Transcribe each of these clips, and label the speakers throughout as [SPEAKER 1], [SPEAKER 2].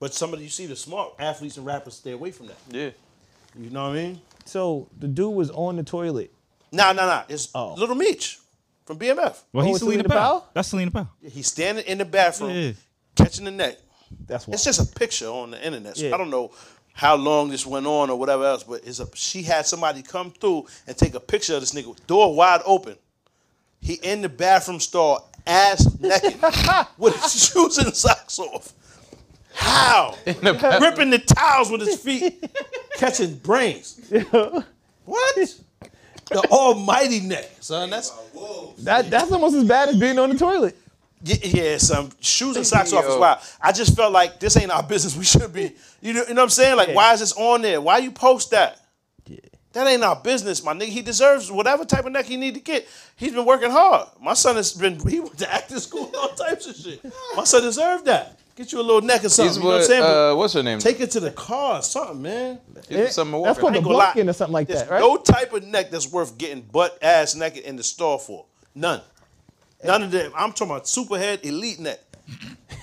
[SPEAKER 1] But somebody you see the smart athletes and rappers stay away from that.
[SPEAKER 2] Yeah.
[SPEAKER 1] You know what I mean?
[SPEAKER 3] So the dude was on the toilet.
[SPEAKER 1] Nah, nah, nah. It's Little Meech from BMF.
[SPEAKER 3] Oh,
[SPEAKER 4] Well, he's
[SPEAKER 3] it's
[SPEAKER 4] Selena,
[SPEAKER 3] Selena
[SPEAKER 4] Powell.
[SPEAKER 3] Powell?
[SPEAKER 4] That's Selena Powell.
[SPEAKER 1] He's standing in the bathroom,
[SPEAKER 4] Yeah.
[SPEAKER 1] catching the neck.
[SPEAKER 3] That's why.
[SPEAKER 1] It's just a picture on the internet. So
[SPEAKER 3] Yeah.
[SPEAKER 1] I don't know how long this went on or whatever else, but it's a she had somebody come through and take a picture of this nigga with door wide open. He in the bathroom stall, ass naked, with his shoes and socks off. How? Ripping the towels with his feet, catching brains. what? The almighty neck, son. That's
[SPEAKER 3] that, that's almost as bad as being on the toilet.
[SPEAKER 1] Y- Yeah, some shoes and socks off as well. I just felt like this ain't our business. We should be, you know, you know what I'm saying? Like, why is this on there? Why you post that? That ain't our business, my nigga. He deserves whatever type of neck he need to get. He's been working hard. My son has been he went to acting school, all types of shit. My son deserved that. Get you a little neck or something.
[SPEAKER 2] He's
[SPEAKER 1] you know what I'm
[SPEAKER 2] with,
[SPEAKER 1] saying? But
[SPEAKER 2] uh, what's her name?
[SPEAKER 1] take it to the car or something, man.
[SPEAKER 2] He's with Summer
[SPEAKER 3] That's
[SPEAKER 2] Walker.
[SPEAKER 3] called a
[SPEAKER 1] Ain't gonna lie.
[SPEAKER 3] bumpkin or something like
[SPEAKER 1] There's
[SPEAKER 3] that, right?
[SPEAKER 1] No type of neck that's worth getting butt ass naked in the store for. None. None of them. I'm talking about superhead elite neck.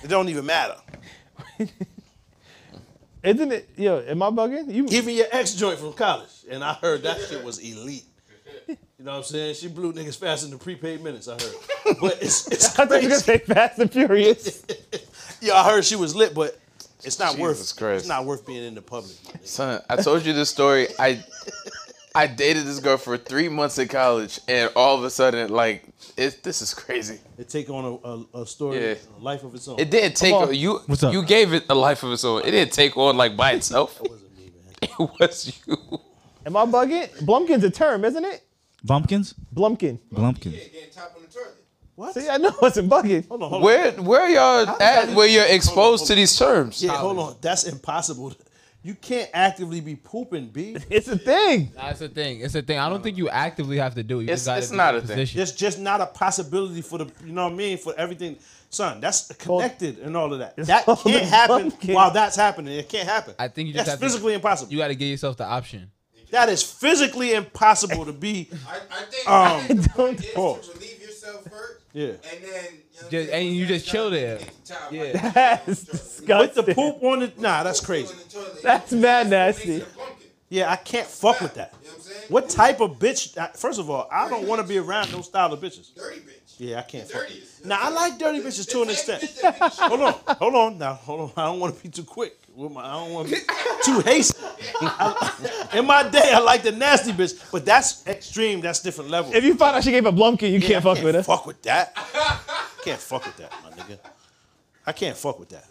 [SPEAKER 1] It don't even matter.
[SPEAKER 3] Isn't it? Yo, am I bugging? You
[SPEAKER 1] Give me your ex joint from college. And I heard that shit was elite. You know what I'm saying? She blew niggas faster than prepaid minutes, I heard. But it's, it's
[SPEAKER 3] I thought you were gonna
[SPEAKER 1] crazy.
[SPEAKER 3] say Fast and Furious.
[SPEAKER 1] Yeah, I heard she was lit, but it's not
[SPEAKER 2] Jesus
[SPEAKER 1] worth
[SPEAKER 2] Christ.
[SPEAKER 1] it's not worth being in the public.
[SPEAKER 2] Son, I told you this story. I I dated this girl for three months in college, and all of a sudden, like, it, this is crazy.
[SPEAKER 1] It take on a, a, a story,
[SPEAKER 2] Yeah.
[SPEAKER 1] a life of its own.
[SPEAKER 2] It didn't take
[SPEAKER 3] on.
[SPEAKER 2] you.
[SPEAKER 4] What's up?
[SPEAKER 2] You gave it a life of its own. It didn't take on like by itself. it was you.
[SPEAKER 3] Am I bugging? Blumpkin's a term, isn't it?
[SPEAKER 4] Bumpkins?
[SPEAKER 3] Blumpkin.
[SPEAKER 4] Blumpkins.
[SPEAKER 1] What?
[SPEAKER 3] See, I know it's a bugging.
[SPEAKER 1] hold on, hold on.
[SPEAKER 2] Where where y'all at?
[SPEAKER 1] you-
[SPEAKER 2] Where you're exposed to these terms?
[SPEAKER 1] Yeah, hold on. That's impossible. You can't actively be pooping, B.
[SPEAKER 3] It's a thing.
[SPEAKER 5] That's the thing. It's a thing. I don't think you actively have to do it. You
[SPEAKER 2] It's-
[SPEAKER 5] just gotta
[SPEAKER 2] it's
[SPEAKER 5] be
[SPEAKER 2] not
[SPEAKER 5] in
[SPEAKER 2] a thing.
[SPEAKER 5] position.
[SPEAKER 1] It's just not a possibility for the, you know what I mean, for everything. Son, that's connected and all of that. That
[SPEAKER 3] called
[SPEAKER 1] can't
[SPEAKER 3] a
[SPEAKER 1] happen
[SPEAKER 3] bumpkin.
[SPEAKER 1] while that's happening. It can't happen.
[SPEAKER 5] I think you just
[SPEAKER 1] that's
[SPEAKER 5] have to-
[SPEAKER 1] physically impossible.
[SPEAKER 5] You got to give yourself the option.
[SPEAKER 1] that is physically impossible to be.
[SPEAKER 6] I, I think, I
[SPEAKER 1] Um,
[SPEAKER 6] think the point
[SPEAKER 3] don't
[SPEAKER 6] is
[SPEAKER 1] pause.
[SPEAKER 6] to relieve yourself first.
[SPEAKER 1] Yeah.
[SPEAKER 6] And then you
[SPEAKER 5] Just- and you just chill there. Yeah.
[SPEAKER 3] That's
[SPEAKER 1] With the
[SPEAKER 3] disgusting.
[SPEAKER 1] poop on it, nah, that's crazy.
[SPEAKER 3] That's mad nasty.
[SPEAKER 1] Yeah, I can't fuck with that.
[SPEAKER 6] You know what I'm saying?
[SPEAKER 1] What type of bitch? I- First of all, I don't want to be around those style of bitches.
[SPEAKER 6] Dirty bitch.
[SPEAKER 1] Yeah, I can't fuck.
[SPEAKER 6] Dirtiest.
[SPEAKER 1] Now I like dirty bitches to an extent.
[SPEAKER 6] Bitch that bitch
[SPEAKER 1] hold on, hold on. Now, hold on. I don't want to be too quick. With my, I don't want to be too hasty. I- in my day, I like the nasty bitch, but that's extreme. That's different level.
[SPEAKER 3] If you find out she gave a Blumpkin, you
[SPEAKER 1] I
[SPEAKER 3] can't fuck with her.
[SPEAKER 1] Fuck with that. can't fuck with that, my nigga. I can't fuck with that.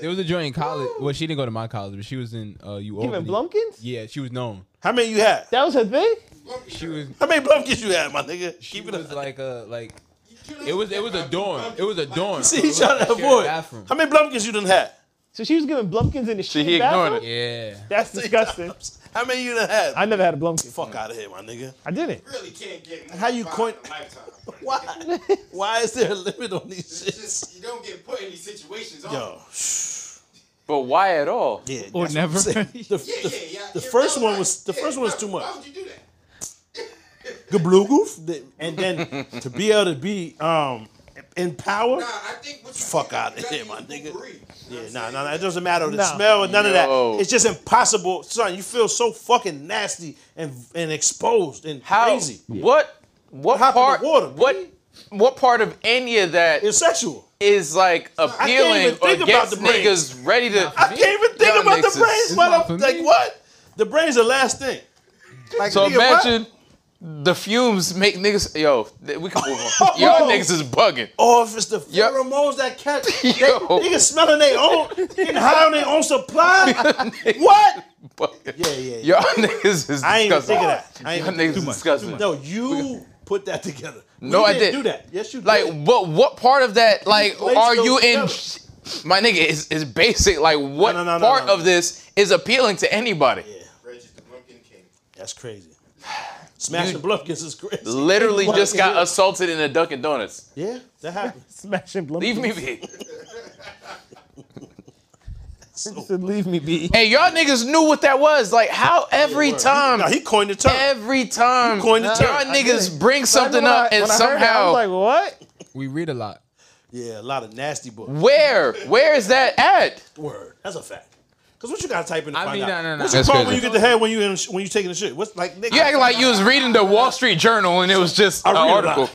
[SPEAKER 5] There was a joint in college. Well, she didn't go to my college, but she was in uh, you.
[SPEAKER 3] Giving Blumpkins?
[SPEAKER 5] Yeah, she was known.
[SPEAKER 1] How many you had?
[SPEAKER 3] That was her thing?
[SPEAKER 5] She was.
[SPEAKER 1] How many blumpkins you had, my nigga?
[SPEAKER 5] She
[SPEAKER 1] Keep it
[SPEAKER 5] was
[SPEAKER 1] up.
[SPEAKER 5] like a like. It was it was a dorm. It was a dorm.
[SPEAKER 1] See, he trying to
[SPEAKER 5] shared
[SPEAKER 1] avoid.
[SPEAKER 5] bathroom.
[SPEAKER 1] How many blumpkins you done had?
[SPEAKER 3] So she was giving Blumpkins in the shit.
[SPEAKER 2] he ignoring it.
[SPEAKER 5] Yeah.
[SPEAKER 3] That's disgusting.
[SPEAKER 1] How many you done had?
[SPEAKER 3] I never had a Blumpkin.
[SPEAKER 1] fuck out of here, my nigga.
[SPEAKER 3] I didn't.
[SPEAKER 6] really can't get
[SPEAKER 1] How you
[SPEAKER 6] five
[SPEAKER 1] coin-
[SPEAKER 6] in a lifetime.
[SPEAKER 1] Why? Why is there a limit on these
[SPEAKER 6] It's
[SPEAKER 1] shits?
[SPEAKER 6] just you don't get put in these situations. often.
[SPEAKER 1] Yo,
[SPEAKER 2] But why at all?
[SPEAKER 1] yeah.
[SPEAKER 4] Or
[SPEAKER 1] that's what I'm
[SPEAKER 4] never.
[SPEAKER 1] saying. The,
[SPEAKER 6] Yeah,
[SPEAKER 1] the-
[SPEAKER 6] yeah, yeah.
[SPEAKER 1] the
[SPEAKER 6] You're
[SPEAKER 1] first
[SPEAKER 6] right.
[SPEAKER 1] one was the
[SPEAKER 6] Yeah,
[SPEAKER 1] first one was
[SPEAKER 6] why-
[SPEAKER 1] too much.
[SPEAKER 6] Why would you do that?
[SPEAKER 1] Gablugoof, the- and then to be able to be um in power.
[SPEAKER 6] Nah, I think what you
[SPEAKER 1] Fuck
[SPEAKER 6] do,
[SPEAKER 1] outta
[SPEAKER 6] you gotta
[SPEAKER 1] here, my
[SPEAKER 6] use
[SPEAKER 1] nigga.
[SPEAKER 6] potpourri.
[SPEAKER 1] Yeah, nah, nah, nah, it doesn't matter the
[SPEAKER 3] Nah.
[SPEAKER 1] smell or none of
[SPEAKER 2] Yo.
[SPEAKER 1] that. It's just impossible, son. You feel so fucking nasty and and exposed and
[SPEAKER 2] How?
[SPEAKER 1] crazy.
[SPEAKER 2] What? What
[SPEAKER 1] Hop in the
[SPEAKER 2] part?
[SPEAKER 1] water,
[SPEAKER 2] what? What part of any of that
[SPEAKER 1] It's sexual.
[SPEAKER 2] is like
[SPEAKER 1] can't even
[SPEAKER 2] appealing or
[SPEAKER 1] think about
[SPEAKER 2] gets
[SPEAKER 1] the brain.
[SPEAKER 2] niggas ready to?
[SPEAKER 1] I can't even think
[SPEAKER 2] Y'all
[SPEAKER 1] about
[SPEAKER 2] niggas
[SPEAKER 1] the brains,
[SPEAKER 2] is-
[SPEAKER 1] but
[SPEAKER 5] not for
[SPEAKER 1] I'm like,
[SPEAKER 5] me.
[SPEAKER 1] what? The brain's the last thing. Like,
[SPEAKER 2] So
[SPEAKER 1] nigga, what?
[SPEAKER 2] imagine the fumes make niggas. Yo, th- we can move on. Y'all niggas is bugging.
[SPEAKER 1] Or if it's the
[SPEAKER 2] Yep.
[SPEAKER 1] pheromones that catch, they,
[SPEAKER 2] Yo.
[SPEAKER 1] niggas smelling their own, getting high on their own supply. what?
[SPEAKER 2] bugging.
[SPEAKER 1] Yeah, yeah, yeah.
[SPEAKER 2] Y'all niggas is.
[SPEAKER 1] I ain't even
[SPEAKER 2] disgusting.
[SPEAKER 1] think of that. I ain't even
[SPEAKER 2] Y'all niggas is disgusting.
[SPEAKER 1] No, you put that together.
[SPEAKER 2] No,
[SPEAKER 1] We
[SPEAKER 2] I
[SPEAKER 1] didn't
[SPEAKER 2] didn't.
[SPEAKER 1] do that. Yes, you
[SPEAKER 2] Like,
[SPEAKER 1] did.
[SPEAKER 2] what? What part of that? Like,
[SPEAKER 1] placed
[SPEAKER 2] are
[SPEAKER 1] those
[SPEAKER 2] you in?
[SPEAKER 1] together.
[SPEAKER 2] my nigga, is is basic. Like, what
[SPEAKER 1] no, no, no,
[SPEAKER 2] part
[SPEAKER 1] no.
[SPEAKER 2] of this is appealing to anybody?
[SPEAKER 6] Reggie's the Blumpkin King.
[SPEAKER 1] That's crazy. Smashing Blumpkins is crazy.
[SPEAKER 2] Literally just got
[SPEAKER 1] Yeah.
[SPEAKER 2] assaulted in a Dunkin' Donuts.
[SPEAKER 1] Yeah, that happens.
[SPEAKER 3] Smashing
[SPEAKER 2] Leave
[SPEAKER 3] Blumpkins.
[SPEAKER 2] me be.
[SPEAKER 3] Said, Leave me be.
[SPEAKER 2] Hey, y'all niggas knew what that was. Like, how every time,
[SPEAKER 1] Now he coined the term.
[SPEAKER 2] every time,
[SPEAKER 1] You coined the
[SPEAKER 2] y'all
[SPEAKER 1] term. I get
[SPEAKER 2] niggas bring something
[SPEAKER 3] When I-
[SPEAKER 2] up and
[SPEAKER 3] when I heard that,
[SPEAKER 2] somehow.
[SPEAKER 3] I was like, what?
[SPEAKER 5] We read a lot.
[SPEAKER 1] yeah, a lot of nasty books.
[SPEAKER 2] where? Where is that at?
[SPEAKER 1] Word. That's a fact. Cause what you gotta type in to
[SPEAKER 5] I
[SPEAKER 1] find
[SPEAKER 5] mean,
[SPEAKER 1] out?
[SPEAKER 5] no, no, no.
[SPEAKER 1] What's your
[SPEAKER 2] That's
[SPEAKER 1] call when
[SPEAKER 2] crazy.
[SPEAKER 1] you get the head when you in, when you taking the shit? What's like nigga?
[SPEAKER 2] You act like you was reading the Wall Street Journal and it was just
[SPEAKER 1] I
[SPEAKER 2] an
[SPEAKER 1] read a lot.
[SPEAKER 2] article.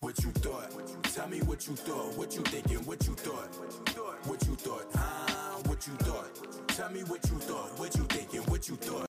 [SPEAKER 4] What you thought? Tell me what you thought. What you thinking? What you thought? What you thought? Ah, what you thought? Tell me what you thought. What you thinking? What you thought?